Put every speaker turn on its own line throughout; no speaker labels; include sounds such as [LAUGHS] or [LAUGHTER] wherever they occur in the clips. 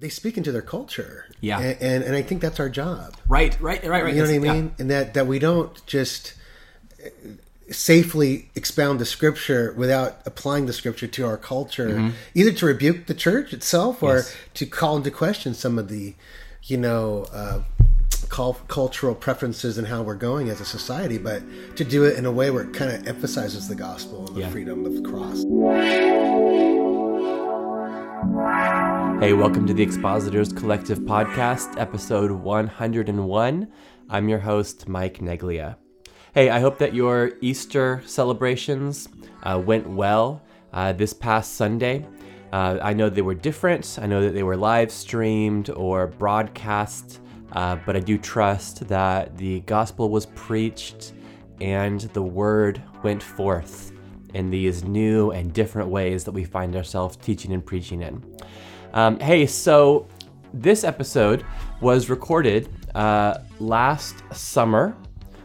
they speak into their culture.
Yeah.
A- and and, I think that's our job.
Right, right, right, right.
You know what I
That's- yeah.
mean? And that that we don't just uh, safely expound the scripture without applying the scripture to our culture,
Mm-hmm.
either to rebuke the church itself or to call into question some of the, you know. Uh, cul- cultural preferences and how we're going as a society but to do it in a way where it kind of emphasizes the gospel and the
Yeah.
freedom of the cross
Hey, welcome to the Expositors Collective Podcast, episode 101. I'm your host, Mike Neglia. Hey, I hope that your Easter celebrations uh, went well uh, this past Sunday. Uh, I know they were different, I know that they were live streamed or broadcast, uh, but I do trust that the gospel was preached and the word went forth in these new and different ways that we find ourselves teaching and preaching in. Um, hey, so this episode was recorded uh, last summer,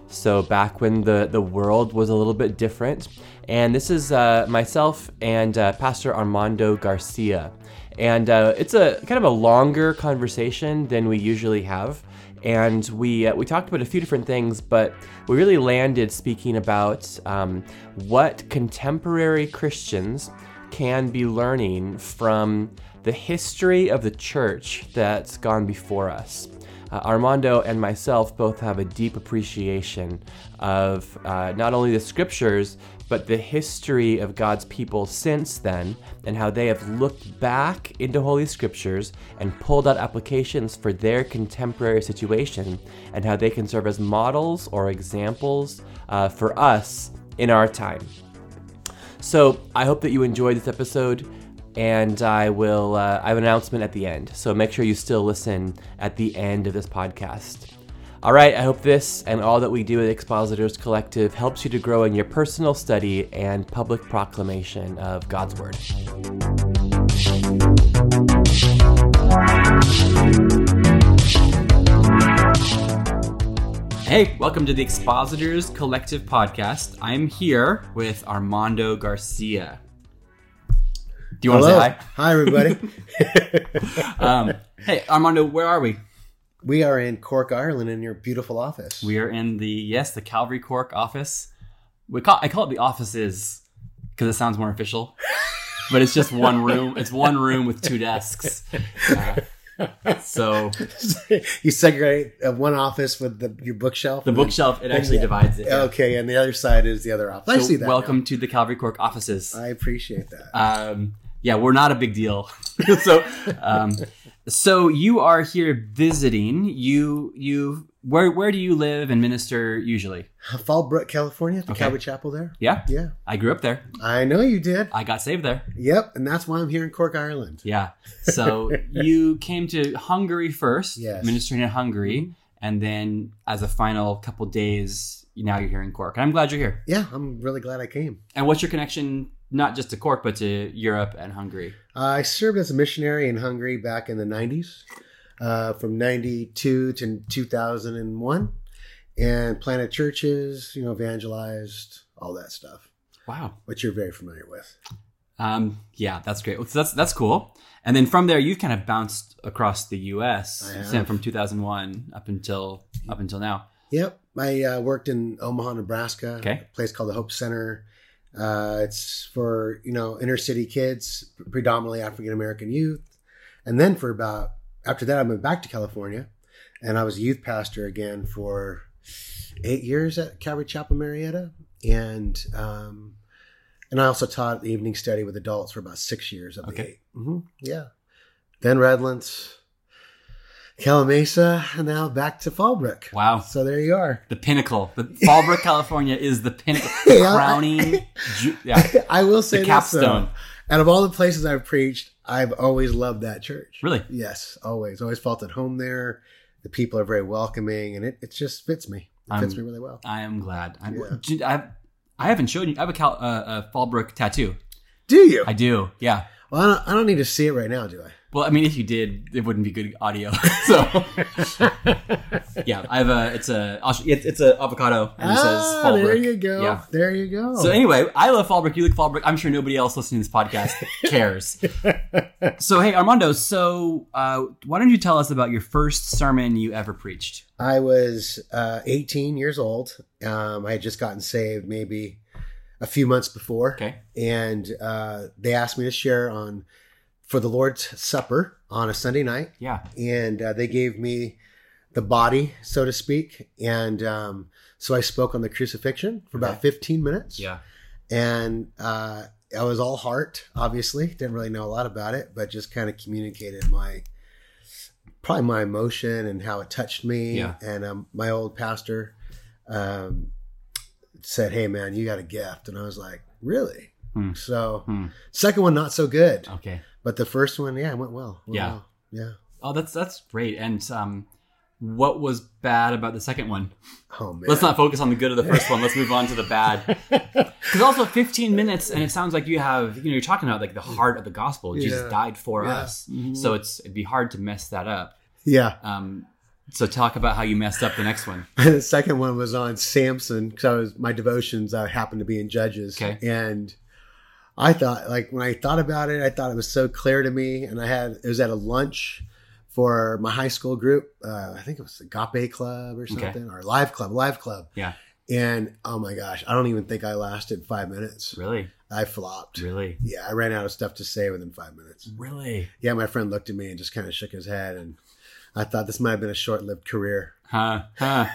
so back when the, the world was a little bit different. And this is uh, myself and uh, Pastor Armando Garcia. And uh, it's a kind of a longer conversation than we usually have and we uh, we talked about a few different things, but we really landed speaking about um, what contemporary Christians can be learning from the history of the church that's gone before us. Uh, Armando and myself both have a deep appreciation of uh, not only the scriptures, but the history of God's people since then and how they have looked back into Holy Scriptures and pulled out applications for their contemporary situation and how they can serve as models or examples uh, for us in our time. So I hope that you enjoyed this episode, and I will. Uh, I have an announcement at the end, so make sure you still listen at the end of this podcast. All right, I hope this and all that we do at Expositors Collective helps you to grow in your personal study and public proclamation of God's Word.
Hey, welcome to the Expositors Collective Podcast. I'm here with Armando Garcia. Do you want
hello
to say
hi
[LAUGHS]
everybody
hi? Um, hey, Armando, where are we?
we are in cork ireland in your beautiful office
We are in the yes, the Calvary Cork office. We call I call it the offices because it sounds more official, but it's just one room. It's one room with two desks. Uh, so
[LAUGHS] you segregate uh, one office with the, your bookshelf.
the
and then-
bookshelf it actually divides it.
Okay, and the other side is the other office. I
So
see that.
welcome to the Calvary Cork offices.
now. I appreciate that.
Um, yeah, we're not a big deal. [LAUGHS] so, um, so you are here visiting. You you where where do you live and minister usually?
Fallbrook, Uh, California, the
Okay.
Calvary Chapel there.
Yeah,
Yeah,
I grew up there.
I know you did.
I got saved there.
Yep, and that's why I'm here in Cork, Ireland.
[LAUGHS] Yeah. So you came to Hungary first,
Yes. Mm-hmm.
ministering in Hungary, and then as a final couple days, now you're here in Cork. And I'm glad you're here.
Yeah, I'm really glad I came.
And what's your connection, not just to Cork, but to Europe and Hungary?
Uh, I served as a missionary in Hungary back in the 90s, uh, from 92 to 2001, and planted churches, you know, evangelized, all that stuff,
Wow.
which you're very familiar with.
Um, yeah, that's great. So that's that's cool. And then from there, you've kind of bounced across the U.S.
I have.
since- from 2001 up until up until now.
Yep. I uh, worked in Omaha, Nebraska,
Okay.
a place called the Hope Center. Uh, it's for, you know, inner city kids, predominantly African American youth. And then for about, after that, I moved back to California and I was a youth pastor again for eight years at Calvary Chapel, Marietta. And, um, and I also taught the evening study with adults for about six years of
Okay.
the 8 Mm-hmm. Yeah. Then Redlands, Calamasa, and now back to Fallbrook.
Wow.
So there you are.
The pinnacle, the Fallbrook, [LAUGHS] California, is the pinnacle, the
[LAUGHS] Yeah. [LAUGHS]
crowning, ju- yeah,
I will say
the
this,
capstone.
though. Out of all the places I've preached, I've always loved that church.
Really?
Yes, always. Always felt at home there. The people are very welcoming, and it, it just fits me. It
I'm-
fits me really well.
I am glad. I'm,
Yeah.
Dude, I've, I haven't shown you. I have a, Cal, uh, a Fallbrook tattoo.
Do you?
I do. Yeah.
Well, I don't, I don't need to see it right now, do I?
Well, I mean, if you did, it wouldn't be good audio. [LAUGHS] so, yeah, I have a. It's a. I'll sh- It's, it's a avocado, and it says
ah, there
Fallbrook.
you go.
Yeah.
There you go.
So anyway, I love Fallbrook. You like Fallbrook. I'm sure nobody else listening to
[LAUGHS]
this podcast cares. so hey, Armando. So uh, why don't you tell us about your first sermon you ever preached?
I was uh, 18 years old. Um, I had just gotten saved maybe a few months before.
Okay.
And uh, they asked me to share on for the Lord's Supper on a Sunday night.
Yeah.
And uh, they gave me the body, so to speak. And um, so I spoke on the crucifixion for about 15 minutes. And uh, I was all heart, obviously. Didn't really know a lot about it, but just kind of communicated my probably my emotion and how it touched me.
Yeah.
And um, my old pastor um, said, "Hey, man, you got a gift," and I was like, "Really?"
Hmm.
So
Hmm.
second one not so good,
Okay.
but the first one, yeah, it went well. Went
Yeah.
well. yeah.
Oh, that's that's great. And um, what was bad about the second one?
Oh man,
Let's not focus on the good of the first one. Let's move on to
[LAUGHS]
the bad. Because also 15 minutes, and it sounds like you have, you know, you're talking about like the heart of the gospel. Jesus
Yeah.
died for
Yeah.
us, [LAUGHS] so it's it'd be hard to mess that up.
yeah.
Um, so talk about how you messed up the next one.
[LAUGHS] the second one was on Samson because I was my devotions. I happened to be in Judges,
Okay.
and I thought like when I thought about it, I thought it was so clear to me. And I had it was at a lunch for my high school group. Uh, I think it was the Agape Club or
Okay.
something, or Live Club, Live Club.
Yeah.
And oh my gosh, I don't even think I lasted five minutes.
Really,
I flopped.
really,
Yeah, I ran out of stuff to say within five minutes.
really,
Yeah, my friend looked at me and just kind of shook his head, and I thought this might have been a short-lived career.
huh?
[LAUGHS]
Huh?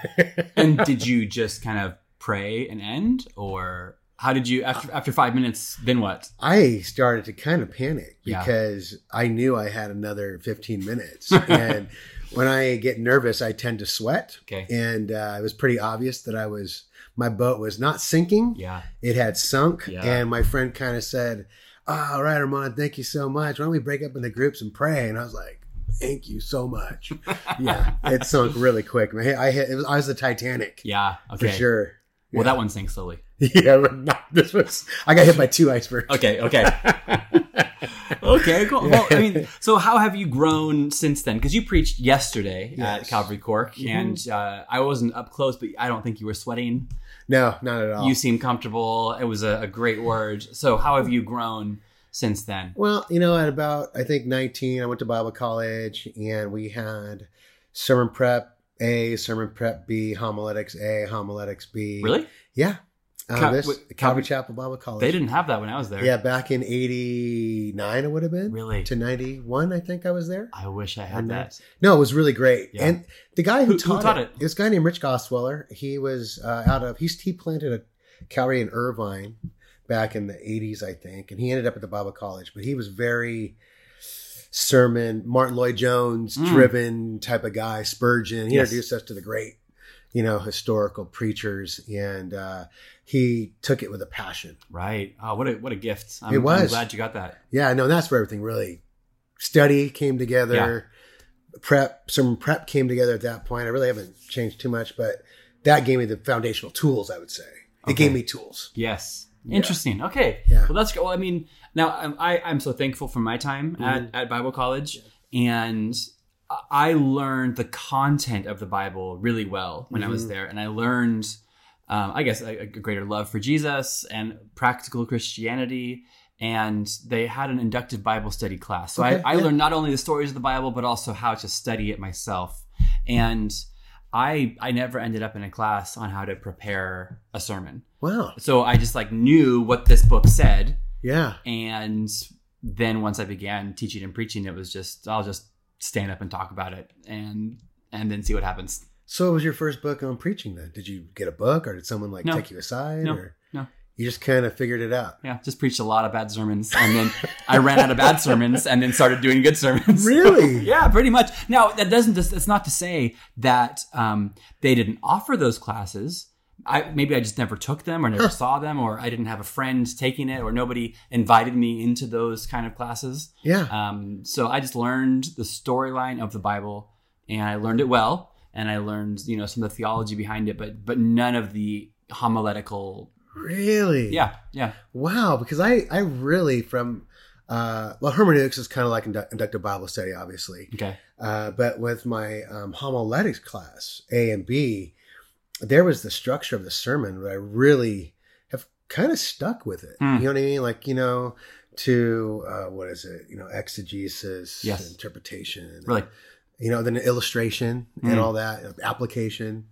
and did you just kind of pray and end, or how did you after after five minutes? Then what?
I started to kind of panic
Yeah.
because I knew I had another 15
[LAUGHS]
minutes. and when I get nervous, I tend to sweat.
Okay.
And uh, it was pretty obvious that I was, my boat was not sinking.
Yeah.
It had sunk.
Yeah.
And my friend kind of said, "Ah, All right, Armand, thank you so much. Why don't we break up into groups and pray? And I was like, Thank you so
[LAUGHS]
much. yeah. It sunk really quick. Man, I hit, it was, I was the Titanic
Yeah.
for
Okay.
sure.
Well, that one sank slowly.
Yeah, [LAUGHS] but not this was, I got hit by two icebergs.
Okay, okay.
[LAUGHS]
okay, cool. Well, I mean, so how have you grown since then? Because you preached yesterday at
Yes. Mm-hmm.
Calvary Cork, and uh, I wasn't up close, but I don't think you were sweating.
No, not at all.
You seemed comfortable. It was a, a great word. So, how have you grown since then?
Well, you know, at about I think 19, I went to Bible college and we had sermon prep A, sermon prep B, homiletics A, homiletics B.
Really?
Yeah. Uh,
Cal-
this
wait,
Calvary,
Calvary-
Chapel Bible College.
They didn't have that when I was there.
Yeah, back in 89 it would have been.
Really?
To 91, I think I was there.
I wish I had
And
that.
No, it was really great.
Yeah.
And the guy who,
Who- who
taught,
taught
it,
it?
this guy named Rich Gosweller, he was uh, out of he's he planted a Calvary in Irvine back in the 80s, I think, and he ended up at the Bible College, but he was very sermon Martin Lloyd Jones
Mm.
driven type of guy, Spurgeon. He
Yes.
introduced us to the great, you know, historical preachers and uh, he took it with a passion.
Right. Oh, what a what a gift. I'm,
It
I'm
was.
glad you got that.
Yeah, no, that's where everything really study came together. Prep, some prep came together at that point. I really haven't changed too much, but that gave me the foundational tools. I would say it gave me tools.
Yes. Interesting. Okay.
Yeah.
Well, that's good. Well, I mean, now I'm, I, I'm so thankful for my time
Mm-hmm.
at, at Bible college, and I I learned the content of the Bible really well when I was
Mm-hmm.
there, and I learned, um, I guess, a, a greater love for Jesus and practical Christianity. And they had an inductive Bible study class, so
Okay,
I, I
yeah.
learned not only the stories of the Bible but also how to study it myself. And I I never ended up in a class on how to prepare a sermon
Wow.
so I just like knew what this book said,
Yeah.
and then once I began teaching and preaching, it was just I'll just stand up and talk about it, and and then see what happens.
So it was your first book on preaching. Then did you get a book, or did someone like
No.
take you aside,
No,
or
no.
You just kind of figured it out.
Yeah, just preached a lot of bad sermons, and then I ran out of bad sermons, and then started doing good
[LAUGHS]
sermons.
Really?
[LAUGHS] Yeah, pretty much. Now that doesn't. That's that's not to say that um, they didn't offer those classes. I maybe I just never took them, or never saw them, or I didn't have a friend taking it, or nobody invited me into those kind of classes.
Yeah.
Um, so I just learned the storyline of the Bible, and I learned it well, and I learned you know some of the theology behind it, but but none of the homiletical.
Really.
Yeah, yeah,
Wow. Because I I really from Uh, well, hermeneutics is kind of like indu- inductive Bible study, obviously.
Okay.
Uh, but with my um, homiletics class, A and B, there was the structure of the sermon that I really have kind of stuck with it.
Hmm.
You know what I mean? Like, you know, to uh, what is it? You know, exegesis,
Yes.
interpretation,
Really?
you know, then illustration
Hmm.
and all that, uh, application.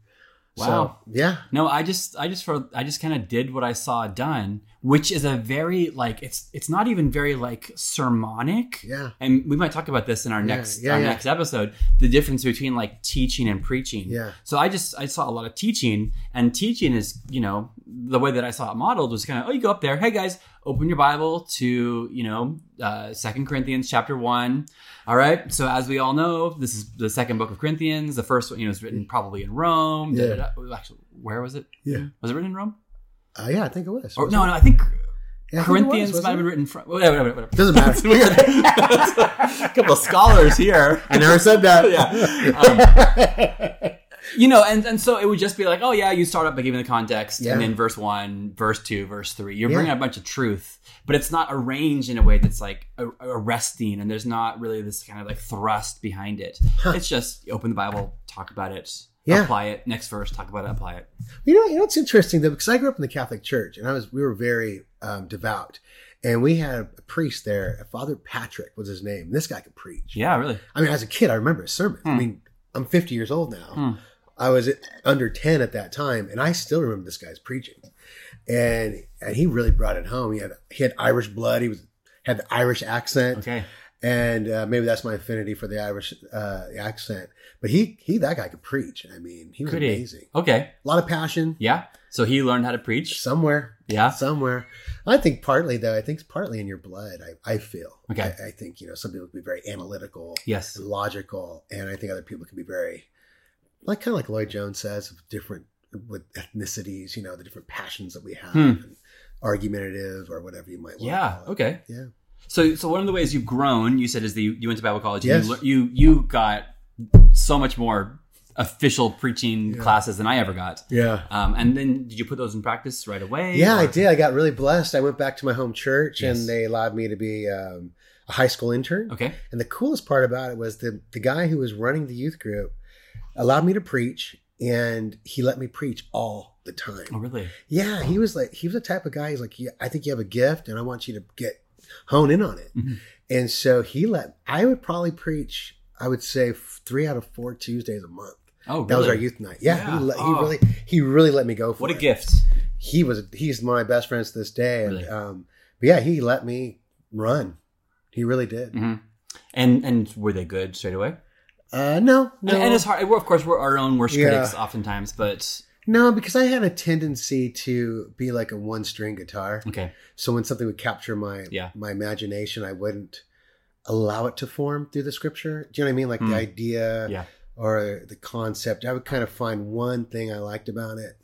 Wow.
So, yeah.
No, I just I just for I just kind of did what I saw done, which is a very like it's it's not even very like sermonic.
Yeah.
And we might talk about this in our
Yeah,
next
yeah,
our
yeah.
next episode, the difference between like teaching and preaching.
Yeah.
So I just I saw a lot of teaching, and teaching is you know the way that I saw it modeled was kind of oh you go up there hey guys open your Bible to you know uh, Second Corinthians chapter one, all right. So as we all know, this is the second book of Corinthians. The first one you know is written probably in Rome.
Yeah.
Da-da-da. Actually, where was it?
Yeah.
Was it written in Rome?
Uh, yeah, I think it was.
Or,
Was
no,
it?
no, I think
Yeah, I think it was,
Corinthians
wasn't
might have
it?
been written from. Whatever, whatever, [LAUGHS] whatever.
Doesn't
It's
matter.
weird.
[LAUGHS]
a couple of scholars here. Um,
I never said
[LAUGHS]
that. [LAUGHS]
You know, and, and so it would just be like, oh yeah, you start up by giving the context,
Yeah.
and then verse one, verse two, verse three. You're
Yeah.
bringing out a bunch of truth, but it's not arranged in a way that's like a- arresting, and there's not really this kind of like thrust behind it. It's just you open the Bible, talk about it,
Yeah.
apply it. Next verse, talk about it, apply it.
You know, you know, it's interesting though because I grew up in the Catholic Church, and I was we were very um, devout, and we had a priest there, Father Patrick was his name. This guy could preach.
Yeah, Hmm. really.
I mean, as a kid, I remember his sermon. I mean, I'm 50 years old now.
Hmm.
I was under 10 at that time, and I still remember this guy's preaching, and and he really brought it home. He had he had Irish blood. He was had the Irish accent
Okay.
and uh, maybe that's my affinity for the Irish uh, accent. But he, he, that guy could preach. I mean, he was
Could he?
amazing.
Okay.
A lot of passion.
Yeah. So he learned how to preach.
Somewhere,
Yeah.
somewhere. I think partly though. I think it's partly in your blood. I, I feel.
Okay.
I, I think you know some people can be very analytical,
Yes.
and logical, and I think other people can be very, like kind of like Lloyd Jones says, with different with ethnicities. You know, the different passions that we have,
Hmm.
and argumentative or whatever you might. wanna
Yeah.
call it.
Okay.
Yeah.
So, so one of the ways you've grown, you said, is that you, you went to Bible college. and
Yes.
You, lear- you you got so much more official preaching
Yeah.
classes than I ever got.
Yeah.
Um, and then did you put those in practice right away?
Yeah,
or-
I did. I got really blessed. I went back to my home church,
Yes.
and they allowed me to be um, a high school intern.
Okay.
And the coolest part about it was the the guy who was running the youth group allowed me to preach, and he let me preach all the time.
Oh, really?
Yeah, he was like he was the type of guy. He's like, yeah, I think you have a gift, and I want you to get hone in on it.
Mhm.
And so he let I would probably preach. I would say f- three out of four Tuesdays a month.
Oh, really?
That was our youth night. Yeah,
Yeah.
He, let,
Oh.
he really he really let me go for
What a
it
gift!
he was he's one of my best friends to this day and
Really?
um but yeah he let me run he really did
hmm And and were they good straight away?
uh no
And-
no
And, it's hard. We're, of course, we're our own worst
Yeah.
critics oftentimes. But
no because i had a tendency to be like a one string guitar
okay,
so when something would capture my
Yeah.
my imagination i wouldn't allow it to form through the scripture do you know what i mean like
Mm.
the idea
Yeah.
or the concept i would kind of find one thing i liked about it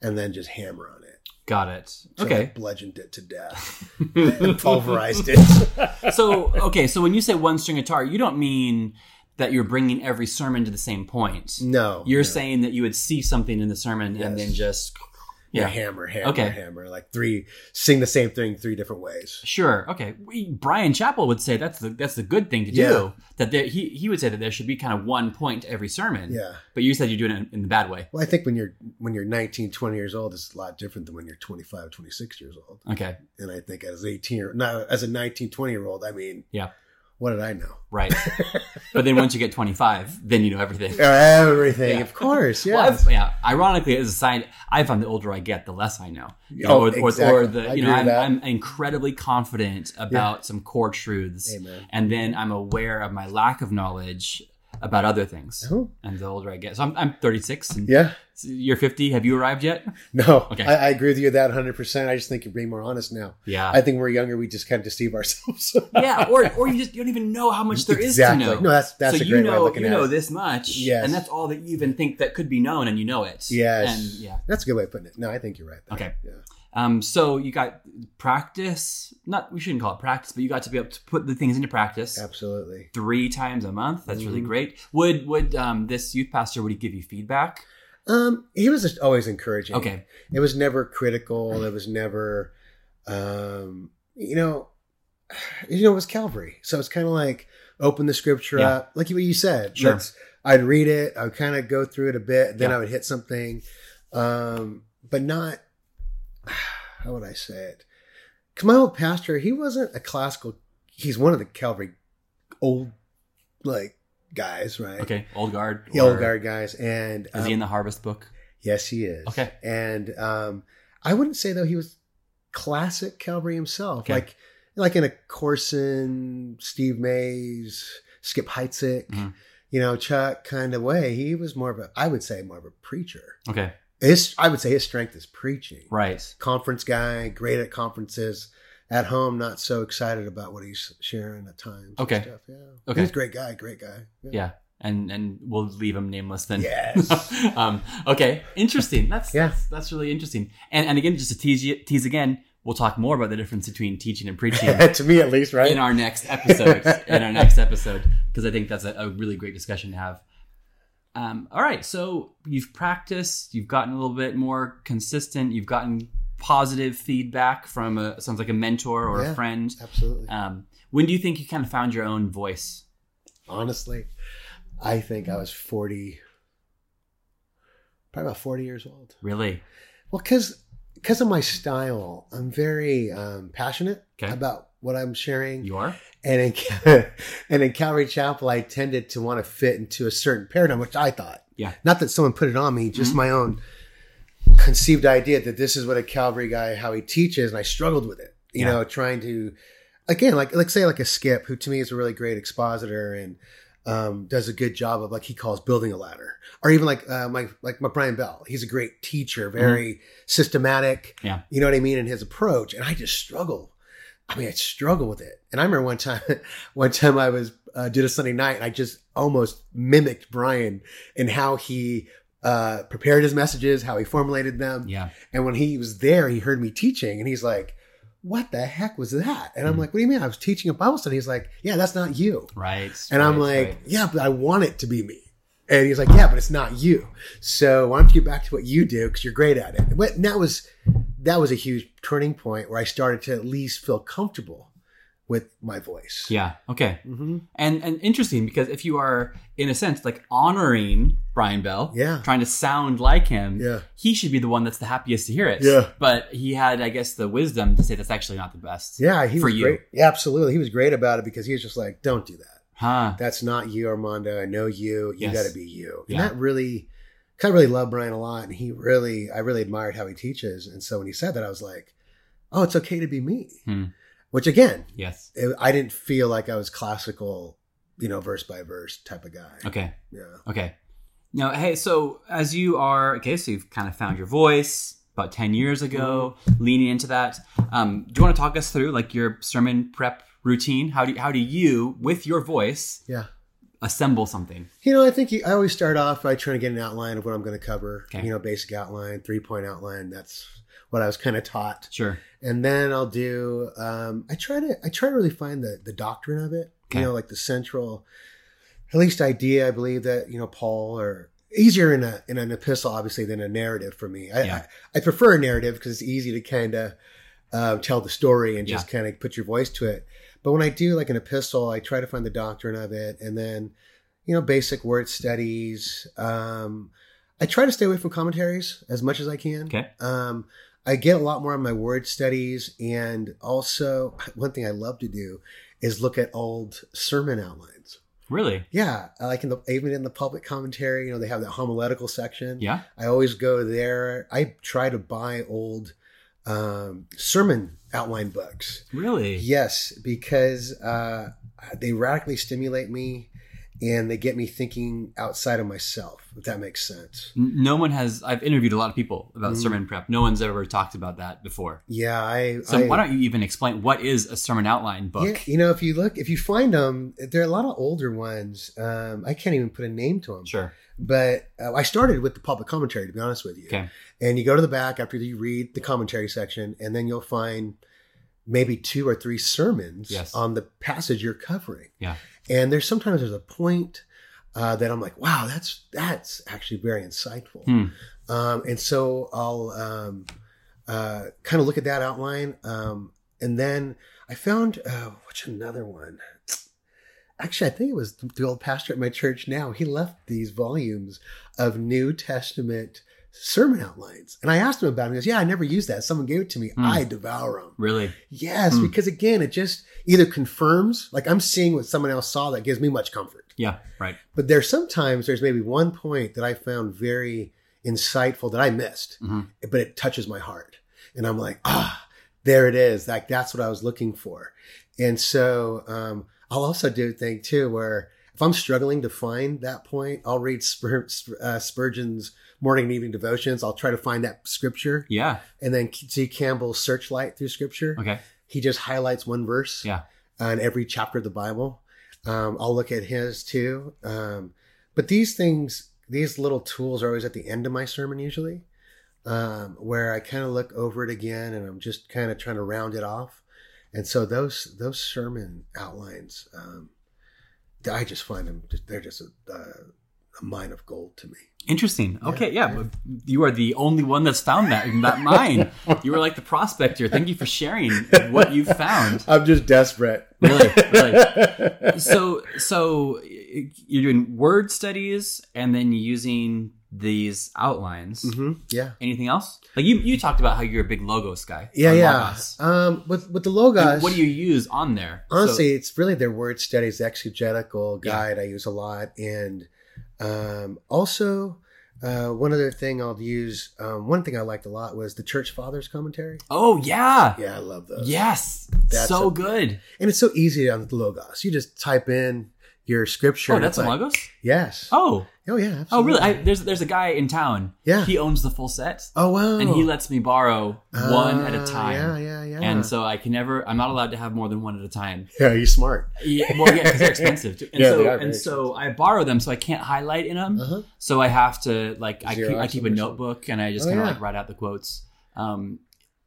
and then just hammer on it
got it.
So I [LAUGHS]
Okay.
bludgeoned it to
[LAUGHS]
death and pulverized it
so okay, so when you say one string guitar, you don't mean that you're bringing every sermon to the same point.
no
You're
no.
saying that you would see something in the sermon
Yes.
and then just
yeah.
yeah.
hammer, hammer,
Okay.
hammer. Like three, sing the same thing three different ways.
Sure. Okay. We, Brian Chappell would say that's the that's the good thing to
Yeah.
do. That there, he he would say that there should be kind of one point to every sermon.
Yeah.
But you said you're doing it in the bad way.
Well, I think when you're when you're 19, 20 years old, it's a lot different than when you're 25, 26 years old.
Okay.
And I think as 18 or not as a 19, 20 year old, I mean,
Yeah.
What did I know? [LAUGHS]
Right. but then once you get 25, then you know everything.
Uh, Everything,
Yeah.
of course. Yeah.
Well, I've- yeah. Ironically, as a sign, I found the older I get, the less I know. You know,
Oh,
or, or-
exactly.
or
I
the you
agree
know,
with
I'm,
that.
I'm incredibly confident about some core truths,
Amen.
and then I'm aware of my lack of knowledge about other things.
Oh,
And the older I get, so I'm, I'm 36, and
Yeah.
you're 50. Have you arrived yet?
No.
Okay.
I, I agree with you that 100. percent I just think you're being more honest now.
Yeah.
I think when we're younger. We just kind of deceive ourselves. [LAUGHS]
yeah, or or you just you don't even know how much there is
exactly.
to know.
No, that's that's
so
a great
you know
way of looking
you
at
know
it.
this much,
Yes.
and that's all that you even think that could be known, and you know it.
Yes.
and yeah.
That's a good way of putting it. No, I think you're right. there.
Okay.
Yeah.
Um, so you got practice. Not we shouldn't call it practice, but you got to be able to put the things into practice
Absolutely.
three times a month. That's really
Mhm.
great. Would would um, this youth pastor would he give you feedback?
Um, he was just always encouraging.
Okay,
It was never critical. It was never, um, you know, [SIGHS] you know, it was Calvary. So it's kind of like open the scripture
Yeah.
up, like what you said.
Sure.
Let's- I'd read it. I'd kind of go through it a bit. Then
Yeah.
I would hit something, um, but not. [SIGHS] How would I say it? Because my old pastor, he wasn't a classical. He's one of the Calvary old like guys, right?
Okay, old guard.
The
or-
old guard guys, and
Is he
um,
in the harvest book?
Yes, he is.
Okay.
And um, I wouldn't say though he was classic Calvary himself,
Okay.
like like in a Corson, Steve Mays, Skip Heitzik,
Mhm.
you know, Chuck kind of way. He was more of a, I would say, more of a preacher.
Okay,
His, I would say, his strength is preaching.
right.
Conference guy, great at conferences. At home, not so excited about what he's sharing at times. and
Okay.
stuff, Yeah.
Okay.
He's a great guy. Great guy.
Yeah, and and we'll leave him nameless then.
Yes.
[LAUGHS]
[LAUGHS]
um, okay, interesting. That's,
Yeah.
that's that's really interesting. And and again, just to tease you, tease again, we'll talk more about the difference between teaching and preaching
to me, at least, [LAUGHS] right?
in our next episode. in our next episode, because I think that's a, a really great discussion to have. Um, all right, so you've practiced, you've gotten a little bit more consistent, you've gotten positive feedback from a sounds like a mentor or a
Yeah.
friend.
Absolutely.
Um, when do you think you kind of found your own voice?
honestly, I think I was 40, probably about 40 years old.
Really?
Well, because of my style, I'm very um, passionate
Okay.
about what I'm sharing.
You are?
And in, Cal- [LAUGHS] and in Calvary Chapel, I tended to want to fit into a certain paradigm, which I thought.
Yeah.
Not that someone put it on me,
Mm-hmm.
just my own conceived idea that this is what a Calvary guy, how he teaches. And I struggled with it, you
Yeah.
know, trying to, again, like, like say like a Skip, who to me is a really great expositor and um, does a good job of like he calls building a ladder or even like uh, my, like my Brian Bell. He's a great teacher, very systematic.
Yeah.
You know what I mean? In his approach. And I just struggle. I mean, I struggle with it. And I remember one time, [LAUGHS] one time I was uh, did a Sunday night, and I just almost mimicked Brian in how he uh, prepared his messages, how he formulated them.
Yeah.
And when he was there, he heard me teaching, and he's like, "What the heck was that?" And
Hmm.
I'm like, "What do you mean? I was teaching a Bible study." He's like, "Yeah, that's not you."
Right.
And I'm
right,
like,
right.
yeah, but I want it to be me. And he's like, yeah, but it's not you. So why don't you get back to what you do because you're great at it. But that was that was a huge turning point where I started to at least feel comfortable with my voice.
yeah. Okay.
hmm
And and interesting because if you are in a sense like honoring Brian Bell,
Yeah.
trying to sound like him,
Yeah.
he should be the one that's the happiest to hear it.
Yeah.
But he had, I guess, the wisdom to say that's actually not the best.
Yeah, he
For
was
you.
great. Yeah, absolutely. He was great about it because he was just like, don't do that.
Huh.
That's not you, Armando. I know you. You
Yes.
got to be you. And
Yeah.
that really, because I really love Brian a lot, and he really, I really admired how he teaches. And so when he said that, I was like, oh, it's okay to be me.
Hmm.
Which again,
Yes.
it, I didn't feel like I was classical, you know, verse by verse type of guy.
Okay.
Yeah.
Okay. Now, hey, so as you are, okay, so you've kind of found your voice about 10 years ago,
Mm-hmm.
leaning into that. Um, do you want to talk us through like your sermon prep routine? How do, how do you, with your voice,
Yeah.
assemble something?
You know, I think you, I always start off by trying to get an outline of what I'm going to cover.
Okay.
You know, basic outline, three point outline. That's what I was kind of taught.
Sure.
And then I'll do. Um, I try to. I try to really find the the doctrine of it.
Okay.
You know, like the central, at least idea. I believe that you know Paul or easier in a in an epistle obviously than a narrative for me. I
Yeah.
I, I prefer a narrative because it's easy to kind of uh, tell the story and just kind of put your voice to it. But when I do like an epistle, I try to find the doctrine of it, and then you know basic word studies. Um, I try to stay away from commentaries as much as I can.
Okay.
Um, I get a lot more on my word studies, and also [LAUGHS] one thing I love to do is look at old sermon outlines.
Really?
Yeah, I like in the even in the public commentary, you know, they have that homiletical section.
Yeah.
I always go there. I try to buy old um, sermon outline books.
Really?
Yes, because uh, they radically stimulate me and they get me thinking outside of myself, if that makes sense.
N- No one has. I've interviewed a lot of people about
Mm.
sermon prep. No one's ever talked about that before.
Yeah, I.
So
I,
why don't you even explain what is a sermon outline
Yeah,
book?
you know, if you look, if you find them, there are a lot of older ones. Um, I can't even put a name to them.
Sure.
But uh, I started with the public commentary, to be honest with you.
Okay.
And you go to the back after you read the commentary section, and then you'll find maybe two or three sermons
Yes.
on the passage you're covering.
Yeah.
And there's sometimes there's a point uh, that I'm like, wow, that's that's actually very insightful.
Hmm.
Um, and so I'll um, uh, kind of look at that outline, um, and then I found uh, what's another one. Actually, I think it was the old pastor at my church. Now he left these volumes of New Testament sermon outlines, and I asked him about it. He goes, "Yeah, I never used that. Someone gave it to me.
Hmm.
I devour them."
Really?
Yes,
Hmm.
because again, it just either confirms, like I'm seeing what someone else saw that gives me much comfort.
Yeah. Right.
But there's sometimes there's maybe one point that I found very insightful that I missed,
Mhm.
but it touches my heart. And I'm like, ah, there it is. Like that's what I was looking for. And so um, I'll also do a thing too where if I'm struggling to find that point, I'll read Spur- Spur- uh, Spurgeon's morning and evening devotions. I'll try to find that scripture
Yeah.
and then see Campbell's searchlight through scripture
Okay.
he just highlights one verse
Yeah.
on every chapter of the bible um, i'll look at his too um, but these things these little tools are always at the end of my sermon usually um, where i kind of look over it again and i'm just kind of trying to round it off and so those those sermon outlines um, i just find them just, they're just a, uh, a mine of gold to me
Interesting. Okay, yeah,
yeah.
but you are the only one that's found that,
[LAUGHS]
not mine. You were like the prospector. Thank you for sharing what you found.
i'm just desperate
Really,
[LAUGHS]
really. So, so you're doing word studies and then using these outlines.
Mhm, yeah
Anything else? Like you, you talked about how you're a big logos guy.
yeah
or
yeah
logos.
um, with, with the
And
logos
What do you use on there? So-
honestly it's really their word studies exegetical
Yeah.
guide i use a lot and um, also uh, one other thing i'll use um, one thing i liked a lot was the church fathers commentary
oh yeah,
yeah i love those
yes,
That's
so
a-
good.
and it's so easy on the logos you just type in your scripture
Oh,
and
that's
it's
a
like-
logos.
yes oh,
Oh,
yeah
oh really?
absolutely.
I, there's there's a guy in town.
yeah
He owns the full set.
oh wow
and he lets me borrow one at a
Ah,
time.
yeah yeah yeah
And so I can never. I'm not allowed to have more than one at a time.
yeah you're smart
Yeah, well, yeah,
[LAUGHS]
'cause they're expensive. Too. And
Yeah,
so,
they are very
and so I borrow them, so I can't highlight in them.
uh-huh.
So I have to like I
Xerox
keep, I keep a
them or something.
notebook and I just
Oh,
kind of
yeah.
like write out the quotes. Um,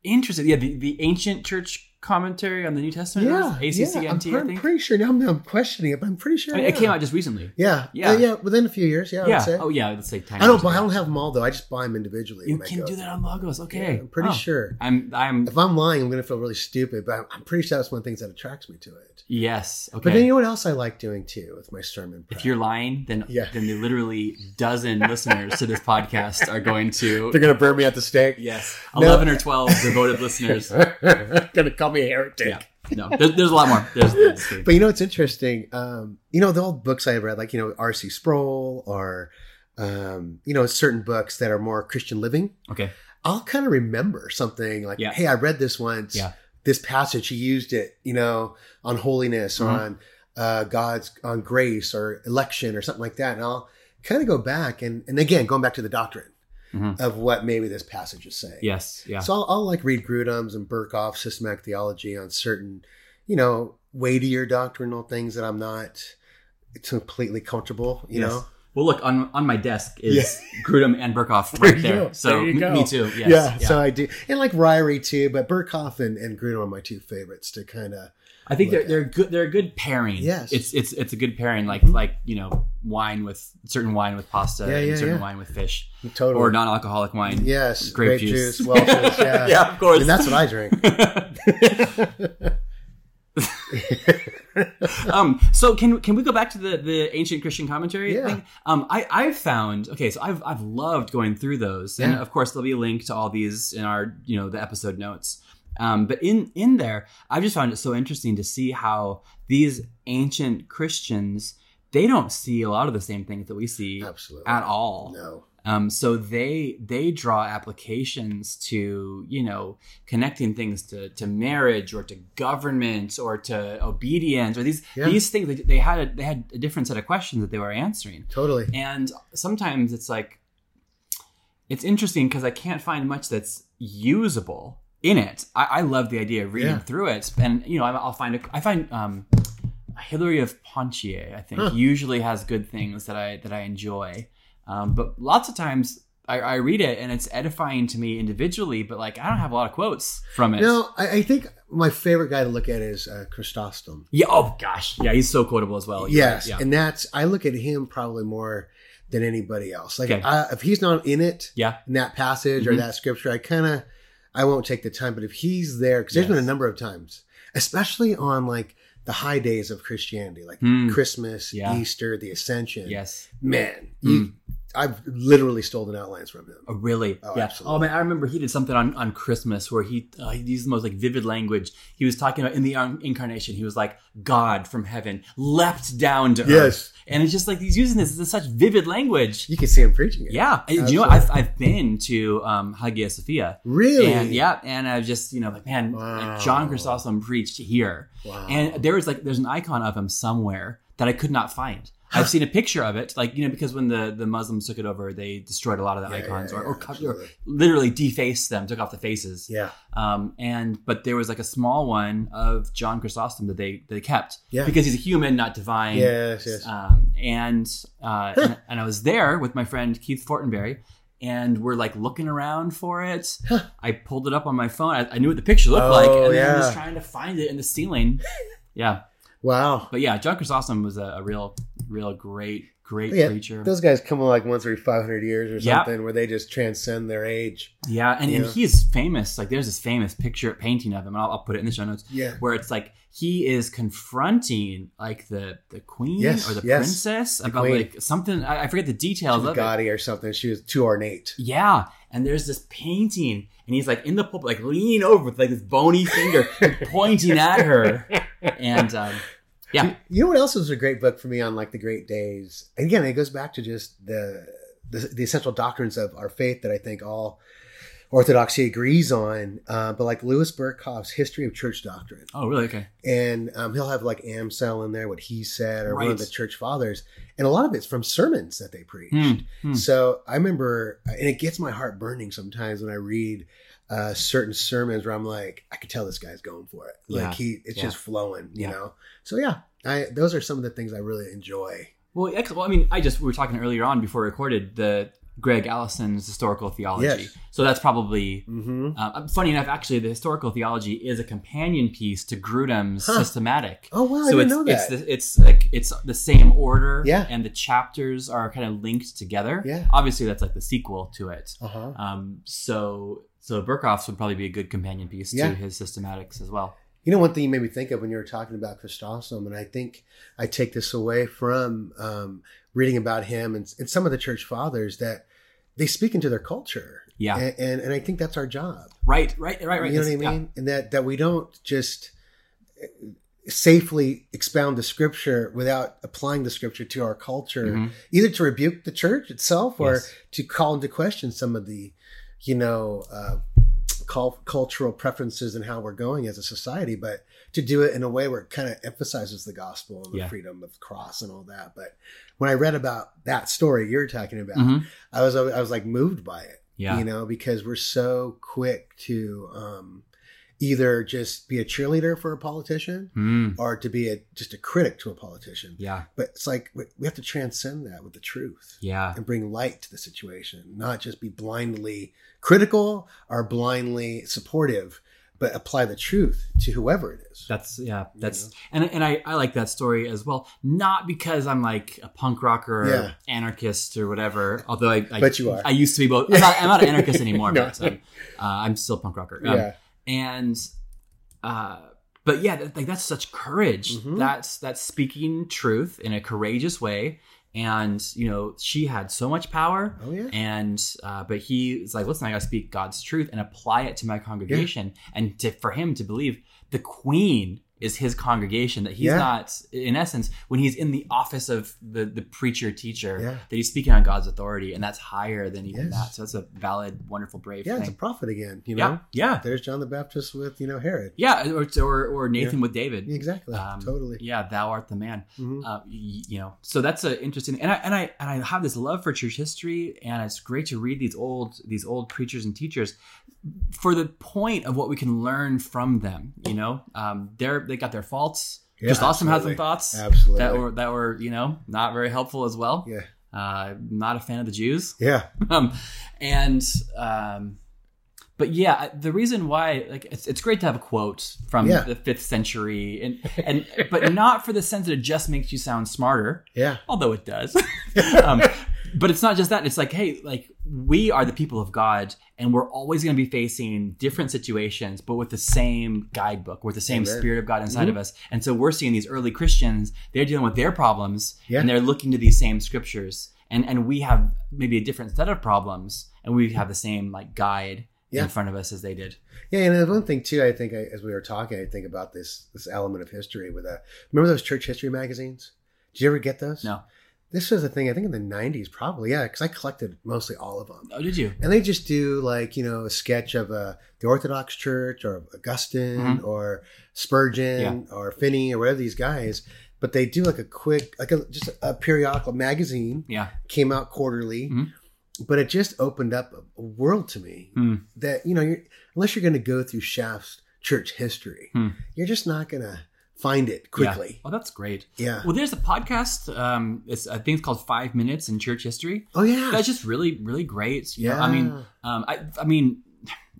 interesting. Yeah, the, the ancient church commentary on the New Testament.
yeah
it is?
yeah I'm,
ACCMT, I
I'm
think.
pretty sure now I'm, I'm questioning it but i'm pretty sure
I mean,
yeah.
it came out just recently.
yeah
Yeah.
yeah yeah within a few years yeah, I would
Yeah.
say.
Oh yeah. Let's say ten.
I don't
years
buy. I
ago.
don't have them all though. I just buy them individually.
You
when I
can
go
do
through.
that on logos. Okay.
I'm pretty
Oh.
sure.
I'm. I'm.
If I'm lying, I'm going to feel really stupid. But I'm, I'm pretty sure that's one of the things that attracts me to it.
Yes. Okay.
But then you know what else I like doing too with my sermon. Prep?
If you're lying, then
Yeah.
then the literally dozen listeners to this podcast are going to
going to burn me at [LAUGHS] the stake. [LAUGHS]
yes,
No.
eleven or twelve devoted listeners.
They're going to call me a heretic.
Yeah, no, there, there's a lot more. There's, there's
But you know what's interesting? Um, you know the old books I have read, like you know R.C. Sproul or um, you know certain books that are more Christian living.
okay,
I'll kind of remember something like,
Yeah.
hey, I read this once.
Yeah.
This passage, he used it, you know, on holiness or
Mhm.
on uh, God's, on grace or election or something like that. And I'll kind of go back and, and again, going back to the doctrine
Mhm.
of what maybe this passage is saying.
yes, yeah,
So I'll, I'll like read Grudem's and Burkhoff's systematic theology on certain, you know, weightier doctrinal things that I'm not completely comfortable, you
Yes.
know?
Well, look on on my desk is Grudem and Burkhoff right
you
there.
go.
So
There you
m-
go.
me too. Yes,
yeah,
yeah.
so I do, and like Ryrie too, but Burkhoff and, and Grudem are my two favorites to kind of
I think they're
Look at-
they're good. They're a good pairing.
Yes.
it's it's it's a good pairing. Like
Mhm.
like you know wine with certain wine with pasta
Yeah, yeah,
and certain
yeah.
wine with fish
totally
or non-alcoholic wine.
Yes,
Grape
grape,
juice.
juice,
[LAUGHS]
Welch's, yeah.
yeah, of course.
And that's what I
[LAUGHS]
drink.
um so can can we go back to the the ancient christian commentary
Yeah.
thing um i i've found okay so i've i've loved going through those and
Yeah.
of course there'll be a link to all these in our you know the episode notes um but in in there i've just found it so interesting to see how these ancient christians they don't see a lot of the same things that we see
Absolutely.
at all
No.
um, so they they draw applications to you know connecting things to, to marriage or to government or to obedience or these
Yeah.
these things they, they had a, they had a different set of questions that they were answering
Totally.
and sometimes it's like it's interesting because I can't find much that's usable in it. I, I love the idea of reading
Yeah.
through it, and you know I, I'll find a, I find um, Hilary of Ponthieu I think
Huh.
usually has good things that I that I enjoy, um, but lots of times. I, I read it and it's edifying to me individually, but like I don't have a lot of quotes from it.
No, I, I think my favorite guy to look at is uh, Chrysostom.
Yeah. Oh gosh. Yeah, he's so quotable as well. You're
yes,
right, Yeah.
and that's I look at him probably more than anybody else. Like
Okay.
I, if he's not in it,
Yeah.
in that passage
Mhm.
or that scripture, I kind of I won't take the time. But if he's there, because there's been
Yes.
a number of times, especially on like the high days of Christianity, like
Hmm.
Christmas,
Yeah.
Easter, the Ascension.
Yes.
Man, you, I've literally stolen outlines from him.
Oh, really?
Oh,
yeah.
absolutely.
Oh man, I remember he did something on, on Christmas where he uh, he used the most like vivid language. He was talking about in the um, incarnation. He was like God from heaven leapt down to
Yes.
earth, and it's just like he's using this in such vivid language.
You can see him preaching it.
Yeah, I- you know, I've, I've been to um, Hagia Sophia,
Really?
and yeah, and I've just you know like man,
Wow.
John Chrysostom preached here,
Wow.
and there was like there's an icon of him somewhere that I could not find. I've seen a picture of it, like you know, because when the, the Muslims took it over, they destroyed a lot of the
Yeah,
icons oh,
yeah,
or,
yeah,
or, cut, or
absolutely.
literally defaced them, took off the faces.
yeah.
Um, and but there was like a small one of John Chrysostom that they they kept
Yeah.
because he's a human, not divine.
Yes, yes.
Um, and, uh,
[LAUGHS]
and and I was there with my friend Keith Fortenberry, and we're like looking around for it. I pulled it up on my phone. I, I knew what the picture looked
Oh,
like, and then I was
yeah.
trying to find it in
[LAUGHS]
the ceiling. yeah,
Wow.
but yeah, John Chrysostom was a, a real, real great, great
Yeah,
preacher.
Those guys come like once every 500 years or
Yeah.
something where they just transcend their age.
Yeah, and, and
Yeah.
he's famous. Like, there's this famous picture painting of him, and I'll, I'll put it in the show notes.
Yeah.
where it's like he is confronting like the the queen
Yes,
or the
yes.
princess about
queen.
like something. I, I forget the details of it.
Bugatti or something. She was too ornate.
Yeah, and there's this painting, and he's like in the pulpit, like leaning over with like this
[LAUGHS]
bony finger pointing at her, and um, [LAUGHS] yeah,
You know what else was a great book for me on like the great days? And again, it goes back to just the, the the essential doctrines of our faith that I think all orthodoxy agrees on. Uh, but like Louis Burkhoff's History of Church Doctrine,
oh really? Okay,
and um, he'll have like Amsel in there, what he said, or one
Right.
of the church fathers, and a lot of it's from sermons that they preached.
Hmm, hmm.
So I remember, and it gets my heart burning sometimes when I read uh, certain sermons where I'm like, I could tell this guy's going for it. Like
Yeah.
he, it's
Yeah.
just flowing, you
Yeah.
know. So yeah, I those are some of the things I really enjoy.
Well, ex- well, I mean, I just we were talking earlier on before we recorded the Greg Allison's historical theology.
Yes.
So that's probably
Mm-hmm.
Um, funny enough, actually, the historical theology is a companion piece to Grudem's
Huh.
systematic.
Oh wow, I
so
didn't
it's
know
it's
that.
the, it's like it's the same order,
Yeah.
and the chapters are kind of linked together.
Yeah.
obviously that's like the sequel to it.
uh huh.
Um, so so Burkhoff's would probably be a good companion piece
Yeah.
to his systematics as well.
You know, one thing you made me think of when you were talking about Chrysostom, and I think I take this away from um, reading about him and, and some of the church fathers that they speak into their culture.
Yeah,
And, and and I think that's our job.
right, right, right, right.
you know what I
That's- yeah.
mean? And that that we don't just eh, safely expound the scripture without applying the scripture to our culture,
Mhm.
either to rebuke the church itself or
Yes.
to call into question some of the, you know, uh, cul- cultural preferences and how we're going as a society, but to do it in a way where it kind of emphasizes the gospel and the
Yeah.
freedom of the cross and all that. But when I read about that story you're talking about,
Mhm.
I was I was like moved by it
Yeah.
you know because we're so quick to um either just be a cheerleader for a politician
Mm.
or to be a just a critic to a politician
yeah,
but it's like we we have to transcend that with the truth
yeah,
and bring light to the situation not just be blindly critical or blindly supportive but apply the truth to whoever it is
That's yeah.
You
That's and and I I like that story as well. Not because I'm like a punk rocker, or
Yeah.
anarchist or whatever. Although I, I
But you are.
I used to be both. I'm, not, I'm not an anarchist anymore.
[LAUGHS] No.
but, um, uh, I'm still punk rocker. Um,
yeah
And uh, but yeah, that, like that's such courage.
Mhm.
That's that's speaking truth in a courageous way. And you know she had so much power
oh yeah
and uh, but he's like listen i gotta speak god's truth and apply it to my congregation and to, for him to believe the queen is his congregation that he's
Yeah.
not in essence when he's in the office of the the preacher teacher
Yeah.
that he's speaking on god's authority and that's higher than even
Yes.
that so that's a valid wonderful brave
yeah it's a
thing
prophet again you
yeah
know
yeah
there's john the baptist with you know herod
yeah or or, or nathan with david
exactly
Um,
totally
yeah thou art the man
Mhm.
uh, y- you know so that's an interesting and I, and I and I have this love for church history and it's great to read these old these old preachers and teachers for the point of what we can learn from them you know um, they're they got their faults
Yeah,
just awesome had some
absolutely.
thoughts
absolutely
that were that were you know not very helpful as well
yeah
uh, not a fan of the Jews
yeah
[LAUGHS] um, and um, but yeah, I- the reason why like it's, it's great to have a quote from
Yeah.
the fifth century and and but not for the sense that it just makes you sound smarter,
[LAUGHS] yeah
although it does. um,
but it's not just that. It's like, hey, like we are the people of God, and we're always going to be facing different situations, but with the same guidebook, with the same
Amen. Mm-hmm.
spirit of God inside of us. And so we're seeing these early Christians; they're dealing with their problems,
Yeah.
and they're looking to these same scriptures. And and we have maybe a different set of problems, and we have the same like guide
Yeah.
in front of us as they did.
Yeah, and there's one thing too. I think I, as we were talking, I think about this this element of history. With a remember those church history magazines? Did you ever get those?
No.
This was a thing I think in the '90s, probably. Yeah, because I collected mostly all of them.
Oh, did you?
And they just do like you know a sketch of uh, the Orthodox Church or Augustine
Mm-hmm.
Mhm.
or Spurgeon or Finney or whatever these guys. But they do like a quick, like a, just a periodical magazine
Yeah.
came out quarterly,
Mhm.
but it just opened up a world to me
Hmm.
that you know, you're, unless you're going to go through Shaft's church history,
Hmm.
you're just not going to find it quickly.
Oh, that's great.
Yeah.
Well, there's a podcast. Um, it's I think it's called Five Minutes in Church History.
Oh yeah.
That's just really, really great. You know,
yeah.
I mean, um, I, I mean,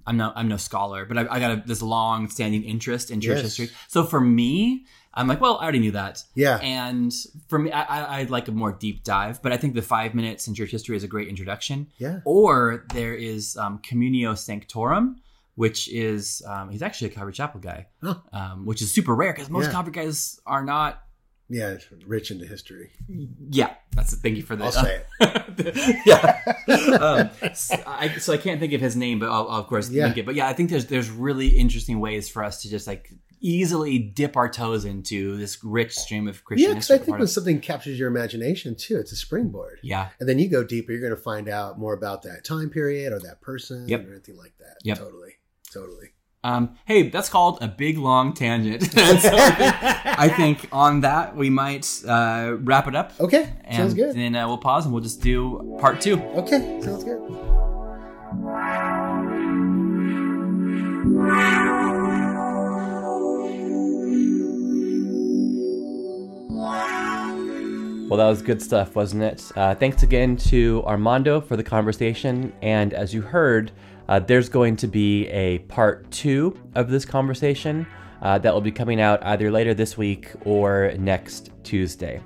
I'm no, I'm no scholar, but I, I got a, this long-standing interest in church
Yes.
history. So for me, I'm like, well, I already knew that.
yeah.
And for me, I, I, I'd like a more deep dive. But I think the Five Minutes in Church History is a great introduction.
yeah.
Or there is um, Communio Sanctorum. Which is um, he's actually a Calvary Chapel guy,
Oh.
um, which is super rare because most
Yeah.
Calvary guys are not
Yeah. It's rich into history.
yeah, that's thank you for
I'll
that.
say it.
[LAUGHS]
[LAUGHS]
yeah. um, s- I, so I can't think of his name, but I'll, I'll of course
Yeah.
link it. But yeah, I think there's there's really interesting ways for us to just like easily dip our toes into this rich stream of Christian
Yeah, because
history.
I think
part
when
of-
something captures your imagination too, it's a springboard.
yeah,
And then you go deeper, you're going to find out more about that time period or that person
Yep.
or anything like that.
Yep.
Totally. Totally. [LAUGHS]
um, hey, that's called a big long tangent. [LAUGHS] And so I think- I think on that we might uh, wrap it up,
Okay.
and
sounds good.
then uh, we'll pause and we'll just do part two.
Okay. Sounds good.
Well, that was good stuff, wasn't it? Uh, thanks again to Armando for the conversation. And as you heard, uh, there's going to be a part two of this conversation uh, that will be coming out either later this week or next Tuesday.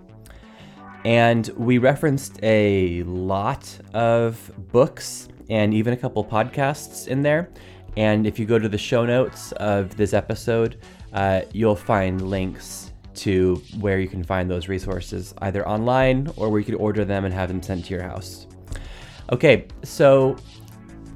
And we referenced a lot of books and even a couple podcasts in there. And if you go to the show notes of this episode, uh, you'll find links to where you can find those resources, either online or where you could order them and have them sent to your house. Okay, so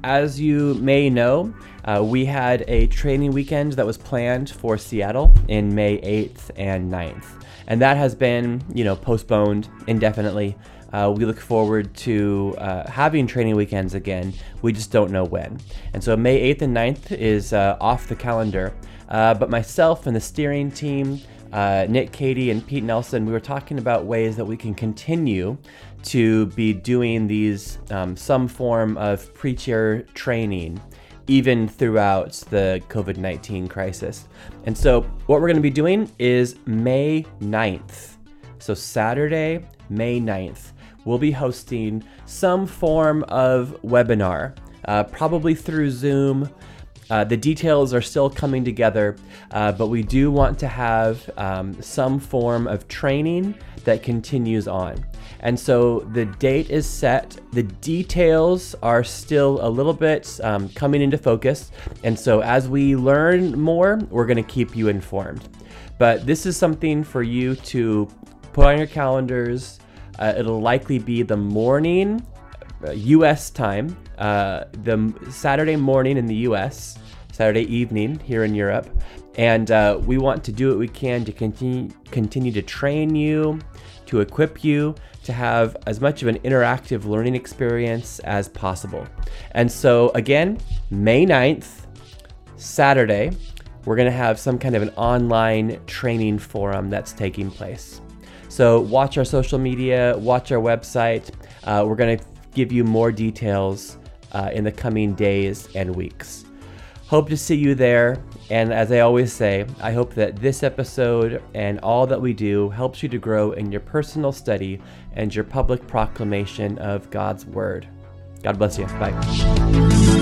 as you may know, uh, we had a training weekend that was planned for Seattle in May 8th and 9th. And that has been, you know, postponed indefinitely. Uh, we look forward to uh, having training weekends again. We just don't know when. And so May 8th and 9th is uh, off the calendar. Uh, but myself and the steering team, uh, Nick, Katie, and Pete Nelson, we were talking about ways that we can continue to be doing these um, some form of preacher training, even throughout the COVID 19 crisis. And so, what we're going to be doing is May 9th. So, Saturday, May 9th, we'll be hosting some form of webinar, uh, probably through Zoom. Uh, the details are still coming together, uh, but we do want to have um, some form of training that continues on. And so the date is set. The details are still a little bit um, coming into focus. And so as we learn more, we're going to keep you informed. But this is something for you to put on your calendars. Uh, it'll likely be the morning uh, U.S. time, uh, the m- Saturday morning in the U.S., Saturday evening here in Europe, and uh, we want to do what we can to continue continue to train you, to equip you, to have as much of an interactive learning experience as possible. And so again, May 9th, Saturday, we're going to have some kind of an online training forum that's taking place. So watch our social media, watch our website. Uh, we're going to give you more details uh, in the coming days and weeks. Hope to see you there. And as I always say, I hope that this episode and all that we do helps you to grow in your personal study and your public proclamation of God's Word. God bless you. Bye.